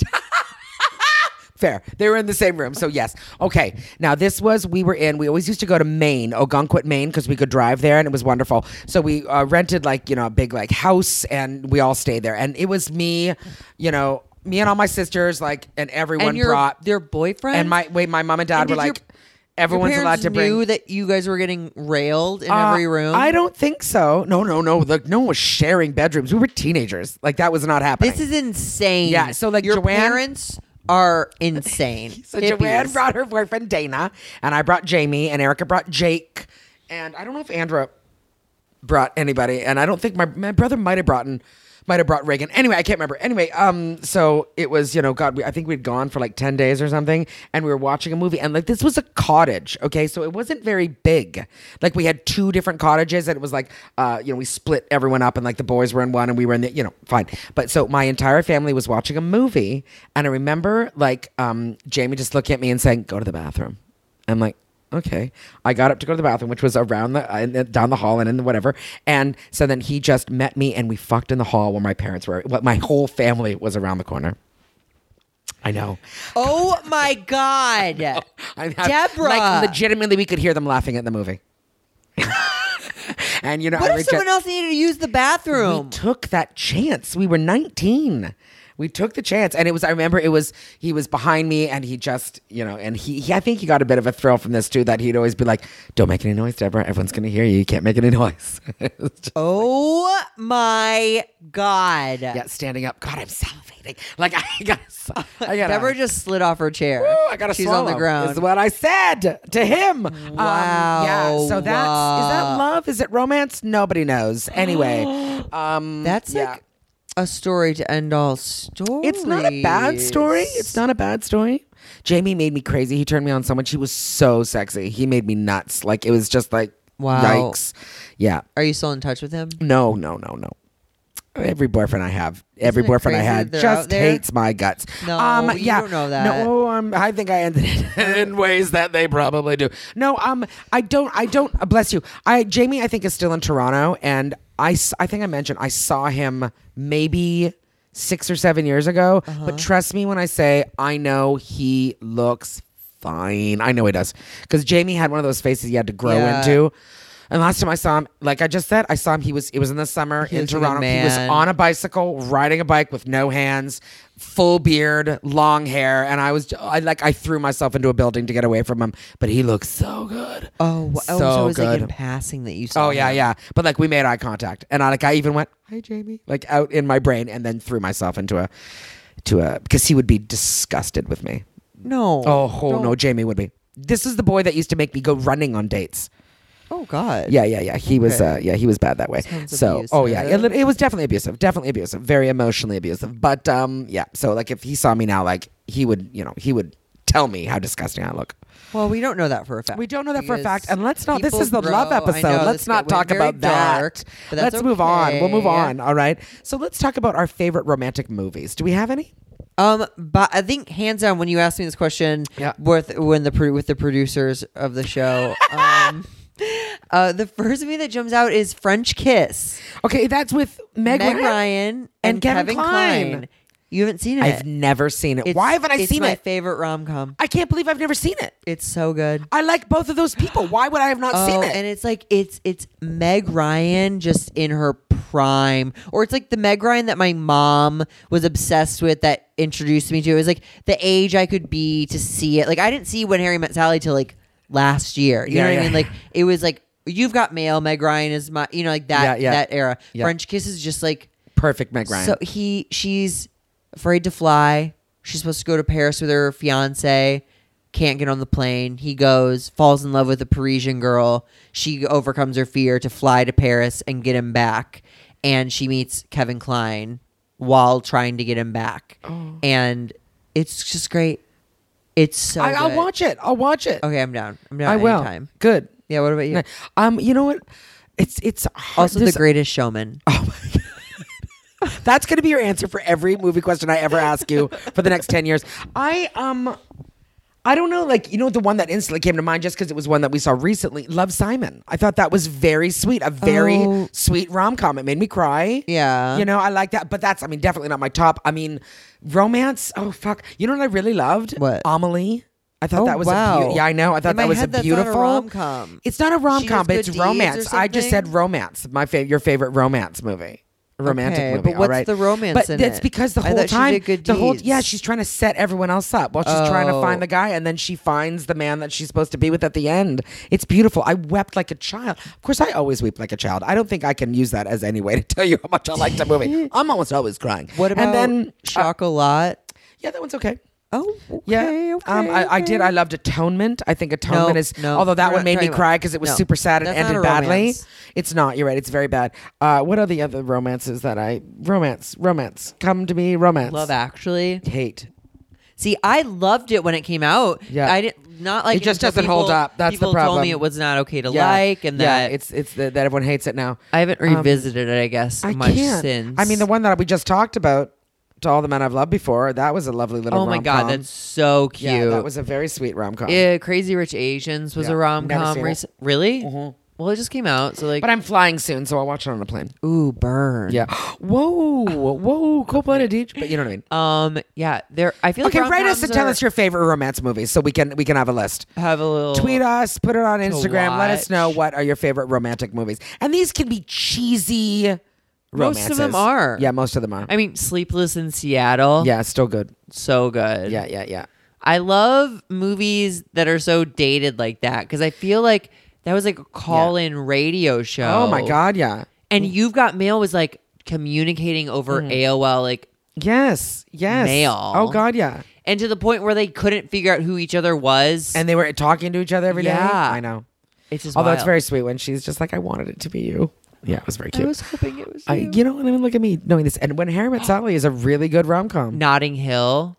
Speaker 2: Fair. They were in the same room, so yes. Okay. Now this was we were in. We always used to go to Maine, Ogunquit, Maine, because we could drive there, and it was wonderful. So we uh, rented like you know a big like house, and we all stayed there. And it was me, you know, me and all my sisters, like, and everyone
Speaker 1: and your
Speaker 2: brought
Speaker 1: their boyfriend
Speaker 2: and my wait, my mom and dad
Speaker 1: And
Speaker 2: were
Speaker 1: did your-
Speaker 2: like, everyone's
Speaker 1: your
Speaker 2: allowed
Speaker 1: parents
Speaker 2: to bring.
Speaker 1: knew that you guys were getting railed in
Speaker 2: Uh,
Speaker 1: every room.
Speaker 2: I don't think so. No, no, no. Like no one was sharing bedrooms. We were teenagers. Like that was not happening.
Speaker 1: This is insane.
Speaker 2: Yeah, so, like,
Speaker 1: your
Speaker 2: Joanne-
Speaker 1: parents are insane.
Speaker 2: So Joanne
Speaker 1: Hippies.
Speaker 2: brought her boyfriend Dana, and I brought Jamie, and Erica brought Jake, and I don't know if Andra brought anybody, and I don't think my my brother might have brought might have brought Reagan. Anyway, I can't remember. Anyway, um, so it was you know God, we, I think we'd gone for like ten days or something, and we were watching a movie, and like this was a cottage, okay, so it wasn't very big. Like we had two different cottages, and it was like uh, you know we split everyone up, and like the boys were in one, and we were in the you know fine. But so my entire family was watching a movie, and I remember like um Jamie just looking at me and saying, "Go to the bathroom." I'm like, okay. I got up to go to the bathroom, which was around the uh, in- down the hall and in the whatever. And so then he just met me, and we fucked in the hall where my parents were. Well, my whole family was around the corner. I know.
Speaker 1: Oh my god,
Speaker 2: I'm happy-
Speaker 1: Deborah!
Speaker 2: like legitimately, we could hear them laughing at the movie. and you know,
Speaker 1: what
Speaker 2: I
Speaker 1: if
Speaker 2: reject-
Speaker 1: someone else needed to use the
Speaker 2: we
Speaker 1: bathroom?
Speaker 2: took that chance. We were 19. We took the chance. And it was, I remember it was, he was behind me and he just, you know, and he, he I think he got a bit of a thrill from this too that he'd always be like, don't make any noise, Deborah. Everyone's going to hear you. You can't make any noise. It's just-
Speaker 1: oh my god,
Speaker 2: yeah, standing up. God, I'm salivating. Like, I got I got
Speaker 1: Deborah just slid off her chair.
Speaker 2: Woo, I got to
Speaker 1: She's
Speaker 2: swallow.
Speaker 1: on the ground.
Speaker 2: Is what I said to him. Wow. Um, yeah.
Speaker 1: Wow.
Speaker 2: So that's is that love? Is it romance? Nobody knows. Anyway, um,
Speaker 1: That's
Speaker 2: yeah.
Speaker 1: like a story to end all stories.
Speaker 2: It's not a bad story. It's not a bad story. Jamie made me crazy. He turned me on so much. He was so sexy. He made me nuts. Like it was just like
Speaker 1: Wow.
Speaker 2: yikes. Yeah.
Speaker 1: Are you still in touch with him?
Speaker 2: No, no, no, no. Every boyfriend I have, every
Speaker 1: it
Speaker 2: boyfriend I
Speaker 1: crazy
Speaker 2: had
Speaker 1: that they're out
Speaker 2: just
Speaker 1: there?
Speaker 2: hates my guts. Um,
Speaker 1: No, you don't know that.
Speaker 2: No, um, I think I ended it in ways that they probably do. No, um, I don't. I don't. uh, Bless you. I Jamie, I think is still in Toronto, and I, s- I think I mentioned I saw him maybe six or seven years ago. But trust me when I say I know he looks fine. I know he does because Jamie had one of those faces he had to grow
Speaker 1: Yeah.
Speaker 2: into. And last time I saw him, like I just said, I saw him. He was it was in the summer in
Speaker 1: looks like a
Speaker 2: Toronto. He was
Speaker 1: man.
Speaker 2: on a bicycle, riding a bike with no hands, full beard, long hair, and I was I like I threw myself into a building to get away from him, but he looked so good.
Speaker 1: Oh, wh- oh, so,
Speaker 2: So
Speaker 1: it was like in
Speaker 2: good.
Speaker 1: passing that you saw.
Speaker 2: Oh yeah,
Speaker 1: him.
Speaker 2: yeah. But like we made eye contact, and I like I even went, "Hi, Jamie," like out in my brain, and then threw myself into a to a because he would be disgusted with me.
Speaker 1: No.
Speaker 2: Oh, oh
Speaker 1: don't-
Speaker 2: no, Jamie would be. This is the boy that used to make me go running on dates.
Speaker 1: Oh God.
Speaker 2: Yeah, yeah, yeah. He was,
Speaker 1: Okay.
Speaker 2: uh, yeah, he was bad that way.
Speaker 1: Sounds
Speaker 2: so, oh yeah, it,
Speaker 1: abusive.
Speaker 2: it was definitely abusive, definitely abusive, very emotionally abusive. But um, yeah. So like, if he saw me now, like he would, you know, he would tell me how disgusting I look.
Speaker 1: Well, we don't know that for a fact.
Speaker 2: We don't know that for a
Speaker 1: because
Speaker 2: fact, and let's not. This
Speaker 1: people
Speaker 2: is the love
Speaker 1: grow. I
Speaker 2: episode.
Speaker 1: know,
Speaker 2: let's
Speaker 1: this
Speaker 2: not
Speaker 1: got- went
Speaker 2: talk
Speaker 1: very
Speaker 2: about
Speaker 1: dark,
Speaker 2: that.
Speaker 1: but that's
Speaker 2: let's move on. We'll move
Speaker 1: okay.
Speaker 2: on. All right. So let's talk about our favorite romantic movies. Do we have any?
Speaker 1: Um, but I think hands down, when you asked me this question,
Speaker 2: Yeah.
Speaker 1: with when the pro- with the producers of the show, um, uh, the first movie that jumps out is French Kiss.
Speaker 2: Okay, that's with Meg,
Speaker 1: Meg
Speaker 2: Ryan.
Speaker 1: Ryan and,
Speaker 2: And Kevin
Speaker 1: Kevin
Speaker 2: Kline.
Speaker 1: Klein. You haven't seen it.
Speaker 2: I've never seen it.
Speaker 1: It's-
Speaker 2: Why haven't I
Speaker 1: it's
Speaker 2: seen
Speaker 1: my
Speaker 2: it?
Speaker 1: favorite rom com.
Speaker 2: I can't believe I've never seen it.
Speaker 1: It's so good.
Speaker 2: I like both of those people. Why would I have not seen it?
Speaker 1: Oh, and it's like it's it's Meg Ryan just in her prime, or it's like the Meg Ryan that my mom was obsessed with that introduced me to. It was like the age I could be to see it. Like I didn't see When Harry Met Sally till like last year. You
Speaker 2: Yeah,
Speaker 1: know what
Speaker 2: yeah.
Speaker 1: I mean? Like it was like you've got mail. Meg Ryan is my you know like that
Speaker 2: Yeah, yeah.
Speaker 1: that era.
Speaker 2: Yeah.
Speaker 1: French Kiss is just like
Speaker 2: Perfect, Meg Ryan.
Speaker 1: so he she's afraid to fly. She's supposed to go to Paris with her fiance. Can't get on the plane. He goes, falls in love with a Parisian girl. She overcomes her fear to fly to Paris and get him back. And she meets Kevin Klein while trying to get him back.
Speaker 2: Oh.
Speaker 1: And it's just great. It's so.
Speaker 2: I, I'll
Speaker 1: good.
Speaker 2: watch it. I'll watch it.
Speaker 1: Okay, I'm down. I'm down.
Speaker 2: I will.
Speaker 1: Anytime.
Speaker 2: Good.
Speaker 1: Yeah. What about you?
Speaker 2: Um, you know what? It's it's hard-
Speaker 1: Also,
Speaker 2: there's-
Speaker 1: The Greatest Showman.
Speaker 2: That's gonna be your answer for every movie question I ever ask you for the next ten years. I um, I don't know, like you know, the one that instantly came to mind just because it was one that we saw recently. Love Simon. I thought that was very sweet, a very
Speaker 1: Oh.
Speaker 2: sweet rom com. It made me cry.
Speaker 1: Yeah.
Speaker 2: you know, I like that. But that's, I mean, definitely not my top. I mean, romance. Oh fuck, you know what I really loved?
Speaker 1: What?
Speaker 2: Amelie. I thought
Speaker 1: Oh,
Speaker 2: that was a
Speaker 1: wow.
Speaker 2: beau- yeah. I know. I thought
Speaker 1: In
Speaker 2: that
Speaker 1: my
Speaker 2: was
Speaker 1: head,
Speaker 2: a
Speaker 1: that's not a
Speaker 2: beautiful
Speaker 1: rom-com.
Speaker 2: It's not a rom com, but
Speaker 1: Good
Speaker 2: it's
Speaker 1: Deeds or
Speaker 2: romance. I just said
Speaker 1: something?
Speaker 2: romance. My favorite, your favorite romance movie. A Romantic
Speaker 1: Okay,
Speaker 2: movie,
Speaker 1: but
Speaker 2: all
Speaker 1: what's
Speaker 2: right?
Speaker 1: the romance
Speaker 2: But
Speaker 1: in
Speaker 2: that's
Speaker 1: it?
Speaker 2: because the
Speaker 1: I
Speaker 2: whole
Speaker 1: thought she
Speaker 2: time,
Speaker 1: did Good
Speaker 2: the whole yeah,
Speaker 1: Deeds.
Speaker 2: she's trying to set everyone else up while she's trying to
Speaker 1: Oh.
Speaker 2: find the guy, and then she finds the man that she's supposed to be with at the end. It's beautiful. I wept like a child. Of course, I always weep like a child. I don't think I can use that as any way to tell you how much I liked that movie. I'm almost always crying.
Speaker 1: What about
Speaker 2: and then uh,
Speaker 1: Chocolat?
Speaker 2: yeah, that one's okay.
Speaker 1: Oh, okay,
Speaker 2: Yeah,
Speaker 1: okay,
Speaker 2: um, I, I
Speaker 1: okay.
Speaker 2: did. I loved Atonement. I think Atonement
Speaker 1: No,
Speaker 2: is.
Speaker 1: no,
Speaker 2: although that
Speaker 1: we're
Speaker 2: one
Speaker 1: not
Speaker 2: made me
Speaker 1: talking about-
Speaker 2: cry because it was
Speaker 1: no,
Speaker 2: super sad and
Speaker 1: that's not
Speaker 2: ended
Speaker 1: a
Speaker 2: badly.
Speaker 1: romance.
Speaker 2: It's not. You're right. It's very bad. Uh, what are the other romances that I romance? Romance. Come to me. Romance.
Speaker 1: Love Actually.
Speaker 2: Hate.
Speaker 1: See, I loved it when it came out.
Speaker 2: Yeah.
Speaker 1: I didn't. Not like
Speaker 2: It just
Speaker 1: until
Speaker 2: doesn't hold
Speaker 1: people-
Speaker 2: up. That's the
Speaker 1: people Told
Speaker 2: problem.
Speaker 1: me it was not okay to like, and
Speaker 2: yeah,
Speaker 1: that
Speaker 2: it's it's the, that everyone hates it now.
Speaker 1: I haven't
Speaker 2: um,
Speaker 1: revisited it. I guess
Speaker 2: I
Speaker 1: much
Speaker 2: can't.
Speaker 1: since.
Speaker 2: I mean, the one that we just talked about, to all the men I've loved before. That was a lovely little.
Speaker 1: oh my god,
Speaker 2: rom-com.
Speaker 1: that's so cute.
Speaker 2: yeah, that was a very sweet rom com.
Speaker 1: Yeah, Crazy Rich Asians was
Speaker 2: Yeah,
Speaker 1: a rom
Speaker 2: never
Speaker 1: com.
Speaker 2: seen it. Mm-hmm.
Speaker 1: Rec- really? Well, it just came out, so like,
Speaker 2: But I'm flying soon, so I'll watch it on a plane.
Speaker 1: ooh, burn.
Speaker 2: Yeah. Whoa, whoa, cold blooded each. But you know what I mean.
Speaker 1: Um. Yeah. There. I feel
Speaker 2: Okay,
Speaker 1: like
Speaker 2: write us and
Speaker 1: rom-coms
Speaker 2: tell
Speaker 1: are-
Speaker 2: us your favorite romance movies so we can we can have a list.
Speaker 1: have a little
Speaker 2: Tweet us, put it on Instagram. Let us
Speaker 1: watch.
Speaker 2: know what are your favorite romantic movies, and these can be cheesy.
Speaker 1: Most
Speaker 2: Romances.
Speaker 1: of them are.
Speaker 2: Yeah, most of them are.
Speaker 1: I mean, Sleepless in Seattle.
Speaker 2: yeah, it's still good.
Speaker 1: So good.
Speaker 2: Yeah, yeah, yeah.
Speaker 1: I love movies that are so dated like that because I feel like that was like a call in radio show.
Speaker 2: Oh my god, yeah.
Speaker 1: And You've Got Mail was like communicating over
Speaker 2: Mm-hmm.
Speaker 1: AOL, like,
Speaker 2: Yes, yes.
Speaker 1: Mail.
Speaker 2: Oh god, yeah.
Speaker 1: and to the point where they couldn't figure out who each other was.
Speaker 2: And they were talking to each other every day.
Speaker 1: Yeah.
Speaker 2: I know.
Speaker 1: it's just
Speaker 2: Although
Speaker 1: wild.
Speaker 2: it's very sweet when she's just like, "I wanted it to be you." Yeah, it was very
Speaker 1: I
Speaker 2: cute.
Speaker 1: was hoping it was
Speaker 2: I,
Speaker 1: you.
Speaker 2: you know, and I mean, look at me knowing this. And when Harry Met Sally is a really good rom com.
Speaker 1: Notting Hill.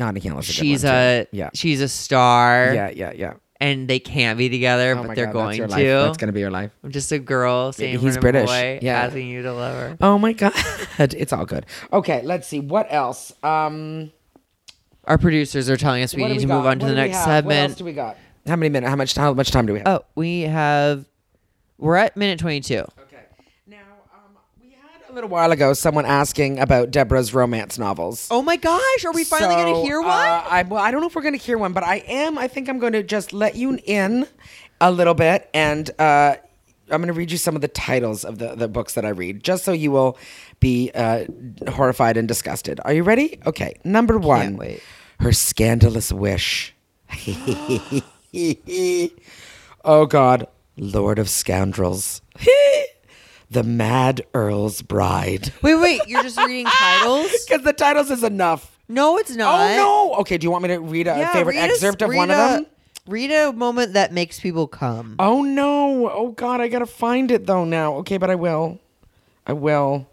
Speaker 2: Notting Hill is a good
Speaker 1: She's
Speaker 2: one, too.
Speaker 1: a
Speaker 2: yeah,
Speaker 1: she's a star,
Speaker 2: yeah, yeah, yeah.
Speaker 1: and they can't be together,
Speaker 2: Oh my
Speaker 1: but they're
Speaker 2: God,
Speaker 1: going
Speaker 2: that's your
Speaker 1: to.
Speaker 2: life. That's gonna be your life.
Speaker 1: I'm just a girl saying
Speaker 2: he's
Speaker 1: we're a
Speaker 2: British.
Speaker 1: boy,
Speaker 2: Yeah.
Speaker 1: asking you to love her.
Speaker 2: Oh my god, it's all good. Okay, let's see what else. Um,
Speaker 1: Our producers are telling us we
Speaker 2: what do
Speaker 1: need
Speaker 2: we
Speaker 1: to
Speaker 2: got?
Speaker 1: move on to
Speaker 2: What
Speaker 1: the
Speaker 2: do we
Speaker 1: next
Speaker 2: have? What else
Speaker 1: segment.
Speaker 2: do we got? How many minutes? How much? How much time do we have?
Speaker 1: Oh, we have. We're at minute twenty-two.
Speaker 2: Okay. Now, um, we had a little while ago someone asking about Deborah's romance novels.
Speaker 1: Oh my gosh! Are we finally
Speaker 2: So,
Speaker 1: gonna hear one?
Speaker 2: Uh, I, well, I don't know if we're going to hear one, but I am. I think I'm going to just let you in a little bit, and uh, I'm going to read you some of the titles of the, the books that I read, just so you will be uh, horrified and disgusted. Are you ready? Okay. Number one,
Speaker 1: wait.
Speaker 2: her scandalous wish. oh God, Lord of Scoundrels, the Mad Earl's Bride.
Speaker 1: wait, wait! You're just reading titles?
Speaker 2: Because the titles is enough.
Speaker 1: No, it's not.
Speaker 2: Ah! Oh no! Okay, do you want me to read a
Speaker 1: Yeah,
Speaker 2: favorite
Speaker 1: read us-
Speaker 2: excerpt of
Speaker 1: read
Speaker 2: one of
Speaker 1: a-
Speaker 2: them?
Speaker 1: Read a moment that makes people come.
Speaker 2: Oh no! Oh god, I gotta find it though now. Okay, but I will. I will.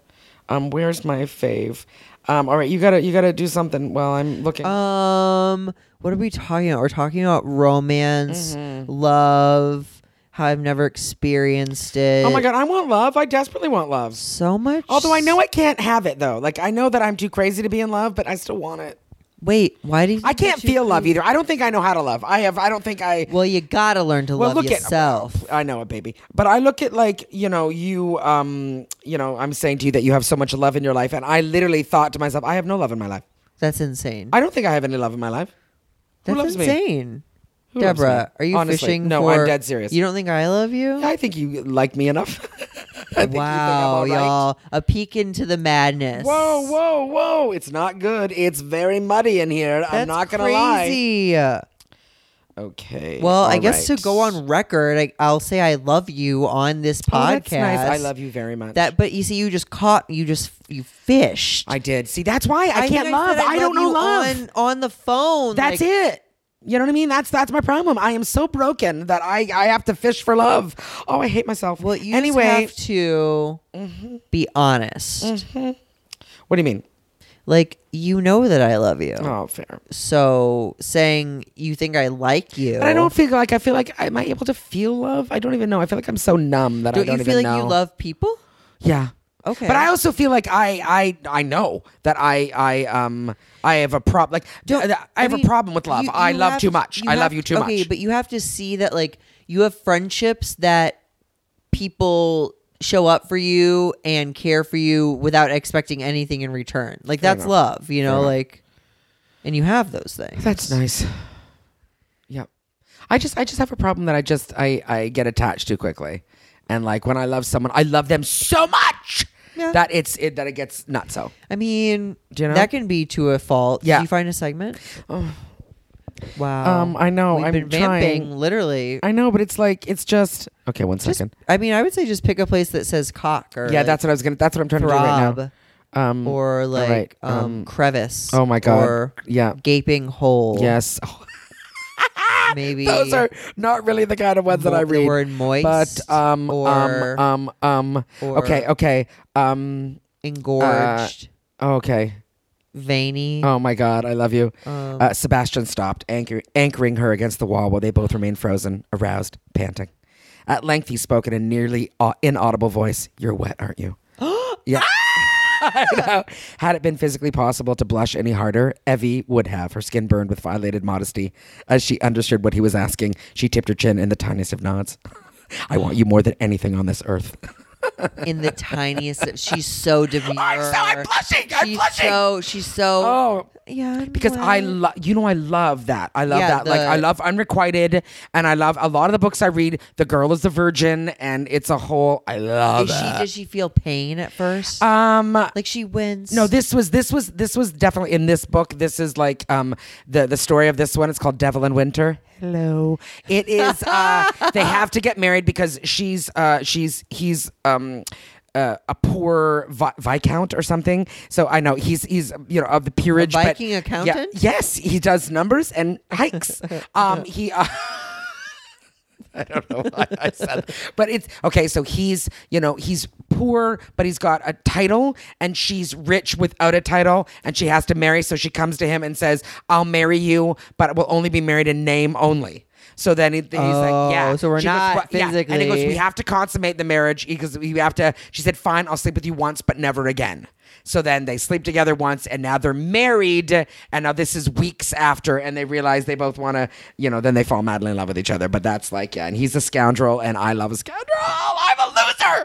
Speaker 2: Um, where's my fave? Um, all right, you gotta you gotta do something while I'm looking.
Speaker 1: Uh, Um, what are we talking about? We're talking about romance,
Speaker 2: Mm-hmm.
Speaker 1: love, how I've never experienced it.
Speaker 2: oh my god, I want love. I desperately want love.
Speaker 1: So much.
Speaker 2: Although I know I can't have it though. Like I know that I'm too crazy to be in love, but I still want it.
Speaker 1: Wait, why did you
Speaker 2: I can't
Speaker 1: get you-
Speaker 2: feel love either. I don't think I know how to love. I have. I don't think I.
Speaker 1: Well, you gotta learn to love
Speaker 2: at-
Speaker 1: yourself.
Speaker 2: I know it, baby. But I look at like you know you um you know I'm saying to you that you have so much love in your life, and I literally thought to myself, I have no love in my life.
Speaker 1: That's insane.
Speaker 2: I don't think I have any love in my life. Who
Speaker 1: That's
Speaker 2: loves me?
Speaker 1: insane.
Speaker 2: Who loves me?
Speaker 1: Deborah, are you
Speaker 2: Honestly,
Speaker 1: fishing?
Speaker 2: no,
Speaker 1: for,
Speaker 2: I'm dead serious.
Speaker 1: You don't think I love you?
Speaker 2: I think you like me enough. I
Speaker 1: wow,
Speaker 2: think you think I'm all right.
Speaker 1: y'all, a peek into the madness.
Speaker 2: Whoa, whoa, whoa! It's not good. It's very muddy in here. I'm
Speaker 1: That's
Speaker 2: not gonna lie.
Speaker 1: crazy.
Speaker 2: Okay.
Speaker 1: Well, I
Speaker 2: all
Speaker 1: guess
Speaker 2: right.
Speaker 1: to go on record, I, I'll say I love you on this
Speaker 2: Oh,
Speaker 1: podcast.
Speaker 2: that's nice. I love you very much.
Speaker 1: that. But you see, you just caught, you just you fished.
Speaker 2: I did. See, that's why I,
Speaker 1: think
Speaker 2: can't love.
Speaker 1: said
Speaker 2: I, don't know
Speaker 1: you
Speaker 2: love.
Speaker 1: on on the phone.
Speaker 2: That's
Speaker 1: like,
Speaker 2: it. You know what I mean? That's that's my problem. I am so broken that I I have to fish for love. Oh, I hate myself.
Speaker 1: Well, you
Speaker 2: anyway, Mm-hmm.
Speaker 1: just have to be honest.
Speaker 2: what do you mean?
Speaker 1: Like you know that I love you.
Speaker 2: Oh, fair.
Speaker 1: So saying you think I like you,
Speaker 2: But I don't feel like I feel like am I able to feel love? I don't even know. I feel like I'm so numb that I
Speaker 1: Don't
Speaker 2: don't
Speaker 1: you
Speaker 2: even
Speaker 1: feel like
Speaker 2: know.
Speaker 1: you love people?
Speaker 2: Yeah.
Speaker 1: Okay.
Speaker 2: But I also feel like I I I know that I I um I have a problem. Like
Speaker 1: Don't-
Speaker 2: I, have
Speaker 1: mean,
Speaker 2: a problem with love.
Speaker 1: you-
Speaker 2: I
Speaker 1: you
Speaker 2: love
Speaker 1: have-
Speaker 2: too much. I
Speaker 1: have
Speaker 2: love you
Speaker 1: to-
Speaker 2: too
Speaker 1: okay,
Speaker 2: much.
Speaker 1: but you have to see that like you have friendships that people show up for you and care for you without expecting anything in return. Like that's
Speaker 2: enough.
Speaker 1: love, you know,
Speaker 2: enough.
Speaker 1: like and you have those things.
Speaker 2: That's nice. Yeah. I just I just have a problem that I just I I get attached too quickly. And like when I love someone, I love them so much
Speaker 1: Yeah.
Speaker 2: that it's it that it gets nuts so.
Speaker 1: I mean,
Speaker 2: Do you know?
Speaker 1: that can be to a fault.
Speaker 2: Yeah.
Speaker 1: Did you find a segment?
Speaker 2: Oh.
Speaker 1: Wow.
Speaker 2: Um, I know,
Speaker 1: Oh. We've
Speaker 2: I'm
Speaker 1: been
Speaker 2: trying.
Speaker 1: vamping literally.
Speaker 2: I know, but it's like it's just Okay, one
Speaker 1: Just,
Speaker 2: second.
Speaker 1: I mean, I would say just pick a place that says cock or
Speaker 2: yeah,
Speaker 1: like,
Speaker 2: that's what I was gonna that's what I'm trying to
Speaker 1: throb
Speaker 2: do right now. Um
Speaker 1: or
Speaker 2: all
Speaker 1: like
Speaker 2: right,
Speaker 1: um,
Speaker 2: um,
Speaker 1: crevice.
Speaker 2: Oh my god.
Speaker 1: Or
Speaker 2: yeah.
Speaker 1: gaping hole.
Speaker 2: Yes.
Speaker 1: maybe
Speaker 2: Those are not really the kind of ones that
Speaker 1: mo-
Speaker 2: I
Speaker 1: The
Speaker 2: read.
Speaker 1: word moist,
Speaker 2: But um
Speaker 1: or
Speaker 2: um um um
Speaker 1: or-
Speaker 2: okay, okay. Um
Speaker 1: engorged,
Speaker 2: okay.
Speaker 1: veiny.
Speaker 2: Oh my God, I love you.
Speaker 1: Mm. Um,
Speaker 2: uh, Sebastian stopped, anchor- anchoring her against the wall while they both remained frozen, aroused, panting. At length, he spoke in a nearly au- inaudible voice You're wet, aren't you? yeah. I know. Had it been physically possible to blush any harder, Evie would have. Her skin burned with violated modesty. As she understood what he was asking, she tipped her chin in the tiniest of nods. I want you more than anything on this earth.
Speaker 1: in the tiniest. of- she's so demure.
Speaker 2: I'm blushing. I'm
Speaker 1: she's
Speaker 2: blushing.
Speaker 1: so. She's so.
Speaker 2: Oh,
Speaker 1: yeah. I'm
Speaker 2: because I
Speaker 1: wet.
Speaker 2: love you know I love that I love
Speaker 1: Yeah,
Speaker 2: that like
Speaker 1: the-
Speaker 2: I love unrequited and I love a lot of the books I read the girl is the virgin and it's a whole I love
Speaker 1: Is she,
Speaker 2: it.
Speaker 1: does she feel pain at first?
Speaker 2: um
Speaker 1: like she wins.
Speaker 2: no this was this was this was definitely in this book this is like um the the story of this one it's called Devil in Winter hello it is uh they have to get married because she's uh she's he's um uh, a poor vi- viscount or something. So I know he's he's you know of the peerage. but-
Speaker 1: Viking
Speaker 2: yeah,
Speaker 1: accountant?
Speaker 2: yes, he does numbers and hikes. um, he. Uh, I don't know why I said, but it's okay. So he's, you know, he's poor, but he's got a title, and she's rich without a title, and she has to marry. So she comes to him and says, "I'll marry you, but we'll only be married in name only." So then he, he's
Speaker 1: Oh,
Speaker 2: like, "Yeah."
Speaker 1: so we're
Speaker 2: She goes,
Speaker 1: not
Speaker 2: "Well, yeah." And he goes,
Speaker 1: physically-
Speaker 2: "We have to consummate the marriage because we have to." She said, "Fine, I'll sleep with you once, but never again." So then they sleep together once, and now they're married. And now this is weeks after, and they realize they both want to, you know. Then they fall madly in love with each other. But that's like, yeah. And he's a scoundrel, and I love a scoundrel. I'm a loser.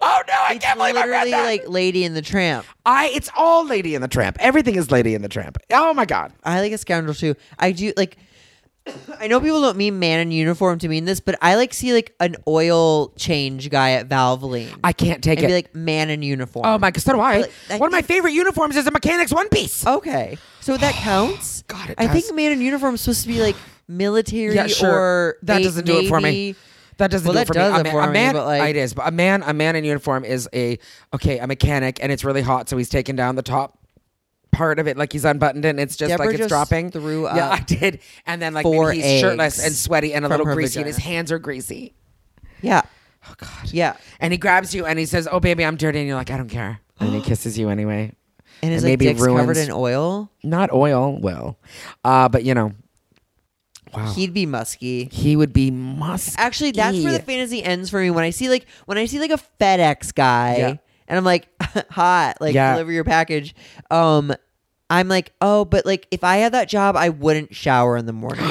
Speaker 2: Oh no, I can't believe I read
Speaker 1: literally
Speaker 2: that.
Speaker 1: like Lady in the Tramp.
Speaker 2: I, it's all Lady and the Tramp. Everything is Lady and the Tramp. Oh my god.
Speaker 1: I like a scoundrel too. I do like. I know people don't mean man in uniform to mean this, but I like see like an oil change guy at Valvoline.
Speaker 2: I can't take
Speaker 1: and be
Speaker 2: it.
Speaker 1: like man in uniform.
Speaker 2: oh my god. So do I.
Speaker 1: Like, I
Speaker 2: One of my
Speaker 1: think-
Speaker 2: favorite uniforms is a mechanic's one piece.
Speaker 1: Okay, so that counts.
Speaker 2: God, it
Speaker 1: I
Speaker 2: does.
Speaker 1: think man in uniform is supposed to be like military
Speaker 2: yeah, sure.
Speaker 1: or
Speaker 2: that
Speaker 1: na-
Speaker 2: doesn't do it for me.
Speaker 1: Navy.
Speaker 2: That doesn't
Speaker 1: Well,
Speaker 2: do
Speaker 1: that
Speaker 2: it for
Speaker 1: does
Speaker 2: me.
Speaker 1: it for
Speaker 2: a
Speaker 1: me,
Speaker 2: man,
Speaker 1: but, like-
Speaker 2: it is. But a man, a man in uniform is a okay, a mechanic, and it's really hot, so he's taking down the top part of it, like he's unbuttoned, it, and it's just
Speaker 1: Deborah
Speaker 2: like it's
Speaker 1: just
Speaker 2: dropping.
Speaker 1: threw
Speaker 2: yeah,
Speaker 1: up
Speaker 2: I did. And then like
Speaker 1: four
Speaker 2: maybe he's shirtless
Speaker 1: eggs
Speaker 2: and sweaty and a
Speaker 1: from
Speaker 2: little
Speaker 1: her
Speaker 2: greasy, and
Speaker 1: vagina.
Speaker 2: his hands are greasy.
Speaker 1: Yeah,
Speaker 2: Oh God.
Speaker 1: yeah.
Speaker 2: And he grabs you and he says, "Oh baby, I'm dirty," and you're like, "I don't care," and he kisses you anyway.
Speaker 1: And his
Speaker 2: And
Speaker 1: like
Speaker 2: maybe
Speaker 1: dick's covered
Speaker 2: ruins-
Speaker 1: in oil.
Speaker 2: Not oil, well, uh, but you know, wow, he,
Speaker 1: He'd be musky.
Speaker 2: would be musky.
Speaker 1: Actually, that's where the fantasy ends for me. When I see like when I see like a FedEx guy,
Speaker 2: Yeah.
Speaker 1: and I'm like, hot, like
Speaker 2: Yeah.
Speaker 1: deliver your package. Um, I'm like, oh, but like if I had that job, I wouldn't shower in the morning.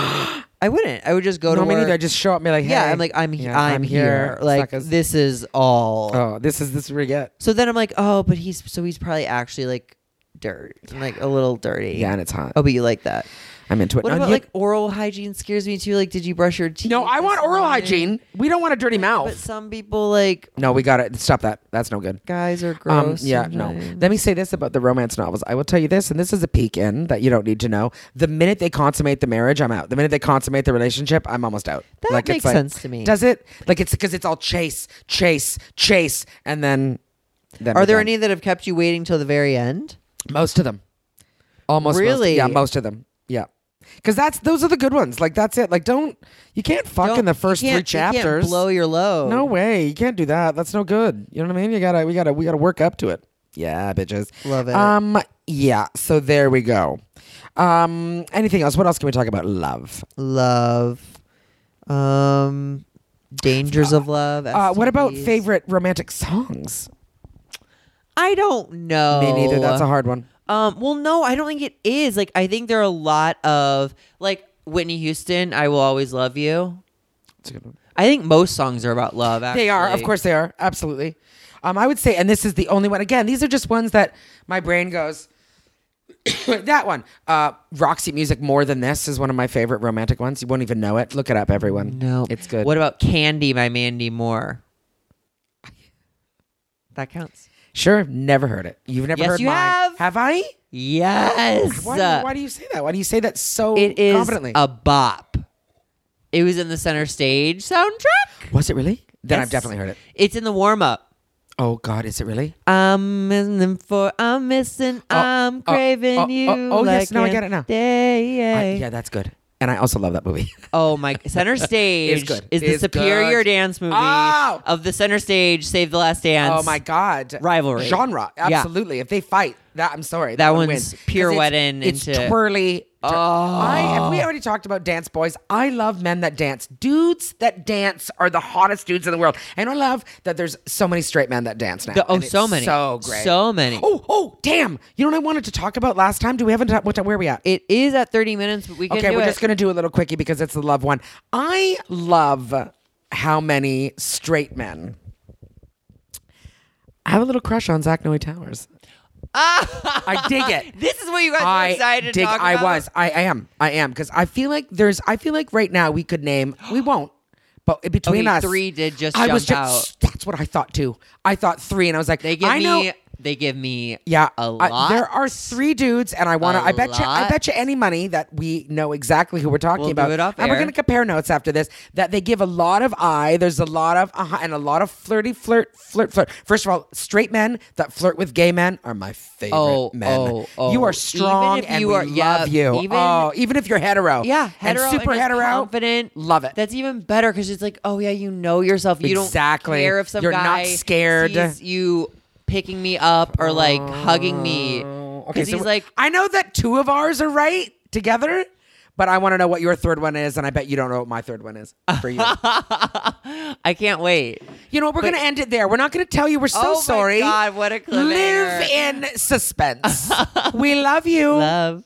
Speaker 1: I wouldn't. I would just go to
Speaker 2: no, me
Speaker 1: work.
Speaker 2: neither. Just show up, and be like,
Speaker 1: yeah,
Speaker 2: "Hey."
Speaker 1: I'm like, I'm, he-
Speaker 2: Yeah,
Speaker 1: I'm, here. Like
Speaker 2: Suckers.
Speaker 1: this is all.
Speaker 2: Oh, this is this is where you get.
Speaker 1: So then I'm like, oh, but he's so he's probably actually like dirt, like a little dirty.
Speaker 2: Yeah, and it's hot.
Speaker 1: Oh, but you like that.
Speaker 2: I'm into it.
Speaker 1: What
Speaker 2: No,
Speaker 1: about
Speaker 2: you-
Speaker 1: like oral hygiene scares me too? Like, did you brush your teeth?
Speaker 2: no, I
Speaker 1: this
Speaker 2: want oral
Speaker 1: morning?
Speaker 2: hygiene. We don't want a dirty
Speaker 1: But
Speaker 2: mouth.
Speaker 1: some people like
Speaker 2: No, we got to stop that. That's no good.
Speaker 1: guys are
Speaker 2: Um,
Speaker 1: gross.
Speaker 2: yeah, no. Let me say this about the romance novels. I will tell you this, and this is a peek in that you don't need to know. The minute they consummate the marriage, I'm out. The minute they consummate the relationship, I'm almost out.
Speaker 1: That
Speaker 2: it's
Speaker 1: makes sense to me.
Speaker 2: Does it? Like it's because it's all chase, chase, chase, and then. then
Speaker 1: Are
Speaker 2: we're
Speaker 1: there
Speaker 2: done.
Speaker 1: any that have kept you waiting till the very end?
Speaker 2: Most of them. Almost most-
Speaker 1: Really?
Speaker 2: yeah, most of them. Yeah. Cause that's those are the good ones. Like that's it. Like don't you can't fuck
Speaker 1: Don't-
Speaker 2: in the
Speaker 1: you
Speaker 2: first three
Speaker 1: can't- you can't
Speaker 2: chapters.
Speaker 1: blow your load.
Speaker 2: No way. You can't do that. That's no good. You know what I mean? You gotta we gotta we gotta work up to it. Yeah, bitches.
Speaker 1: Love it.
Speaker 2: Um yeah, so there we go. Um anything else? What else can we talk about? Love.
Speaker 1: love. Um, dangers of love.
Speaker 2: Uh what about
Speaker 1: STDs.
Speaker 2: favorite romantic songs?
Speaker 1: I don't know.
Speaker 2: Me neither. That's a hard one.
Speaker 1: Um, well, no, I don't think it is. Like, I think there are a lot of like Whitney Houston. I will always love you.
Speaker 2: It's a good one.
Speaker 1: I think most songs are about love. Actually.
Speaker 2: They are, of course, they are. Absolutely. Um, I would say, and this is the only one. Again, these are just ones that my brain goes. that one, uh, Roxy Music More Than This is one of my favorite romantic ones. You won't even know it. Look it up, everyone.
Speaker 1: No,
Speaker 2: it's good.
Speaker 1: What about Candy by Mandy Moore? That counts.
Speaker 2: Sure, never heard it. You've never
Speaker 1: Yes,
Speaker 2: heard
Speaker 1: you
Speaker 2: mine.
Speaker 1: have.
Speaker 2: I?
Speaker 1: Yes.
Speaker 2: Why, do, why do you say that? Why do you say that so
Speaker 1: it is
Speaker 2: confidently?
Speaker 1: a bop. It was in the center stage soundtrack.
Speaker 2: was it really? Then
Speaker 1: Yes.
Speaker 2: I've definitely heard it.
Speaker 1: It's in the warm up.
Speaker 2: Oh God, is it really?
Speaker 1: I'm missing for I'm missing I'm
Speaker 2: oh,
Speaker 1: craving
Speaker 2: oh,
Speaker 1: you.
Speaker 2: oh, oh,
Speaker 1: like
Speaker 2: yes, no, I
Speaker 1: an
Speaker 2: get it now.
Speaker 1: Day.
Speaker 2: I- yeah, that's good. And I also love that movie.
Speaker 1: Oh my center stage
Speaker 2: good.
Speaker 1: is the
Speaker 2: It's
Speaker 1: superior
Speaker 2: good.
Speaker 1: dance movie
Speaker 2: Oh!
Speaker 1: of the center stage Save the Last Dance.
Speaker 2: oh my God,
Speaker 1: Rivalry.
Speaker 2: genre.
Speaker 1: Yeah.
Speaker 2: Absolutely. If they fight, that I'm sorry,
Speaker 1: That
Speaker 2: one
Speaker 1: one's
Speaker 2: wins. 'Cause
Speaker 1: pirouetting
Speaker 2: it's, it's
Speaker 1: into-
Speaker 2: twirly.
Speaker 1: Oh.
Speaker 2: I have we already talked about dance boys. I love men that dance. Dudes that dance are the hottest dudes in the world. And I love that there's so many straight men that dance now.
Speaker 1: The- oh,
Speaker 2: And it's
Speaker 1: so many.
Speaker 2: So great.
Speaker 1: So many.
Speaker 2: Oh, oh, damn. You know what I wanted to talk about last time? Do we haven't ta- what time where are we at?
Speaker 1: It is at 30 minutes, but we can
Speaker 2: okay,
Speaker 1: do
Speaker 2: we're
Speaker 1: it.
Speaker 2: just gonna do a little quickie because it's the love one. I love how many straight men. I have a little crush on Zach Noe Towers. I dig it.
Speaker 1: this is what you guys
Speaker 2: I
Speaker 1: were excited to
Speaker 2: dig-
Speaker 1: talk
Speaker 2: I
Speaker 1: about.
Speaker 2: was. I, I am. I am because I feel like there's. I feel like right now we could name. We won't. But between
Speaker 1: Okay,
Speaker 2: us,
Speaker 1: three did just
Speaker 2: I was
Speaker 1: jump
Speaker 2: just. That's what I thought too. I thought three, and I was like,
Speaker 1: They give
Speaker 2: I
Speaker 1: me
Speaker 2: know.
Speaker 1: they give me
Speaker 2: Yeah, I-
Speaker 1: a lot.
Speaker 2: there are three dudes, and I want to.
Speaker 1: A
Speaker 2: I bet you. I
Speaker 1: lot.
Speaker 2: bet you any money that we know exactly who we're talking
Speaker 1: We'll do
Speaker 2: about.
Speaker 1: it off
Speaker 2: and we're
Speaker 1: air.
Speaker 2: gonna compare notes after this. That they give a lot of eye. There's a lot of uh and a lot of flirty flirt flirt flirt. First of all, straight men that flirt with gay men are my favorite
Speaker 1: Oh,
Speaker 2: men.
Speaker 1: oh, oh.
Speaker 2: You are
Speaker 1: Even
Speaker 2: strong,
Speaker 1: if
Speaker 2: and
Speaker 1: you
Speaker 2: we
Speaker 1: are- yeah,
Speaker 2: love you.
Speaker 1: even-
Speaker 2: oh, even if you're hetero,
Speaker 1: Yeah, hetero
Speaker 2: and super
Speaker 1: just
Speaker 2: hetero,
Speaker 1: confident.
Speaker 2: Love it.
Speaker 1: That's even better because it's like, oh yeah, you know yourself. You
Speaker 2: Exactly.
Speaker 1: don't care if some
Speaker 2: You're not
Speaker 1: guy
Speaker 2: scared.
Speaker 1: sees you picking me up or like hugging me.
Speaker 2: Oh, Okay,
Speaker 1: Because
Speaker 2: so
Speaker 1: he's like,
Speaker 2: I know that two of ours are right together, but I want to know what your third one is, and I bet you don't know what my third one is for you.
Speaker 1: I can't wait.
Speaker 2: you know, what? we're gonna end it there. We're not gonna tell you. We're so
Speaker 1: Oh my
Speaker 2: sorry.
Speaker 1: God, what a cliffhanger.
Speaker 2: Live in suspense. we love you.
Speaker 1: Love.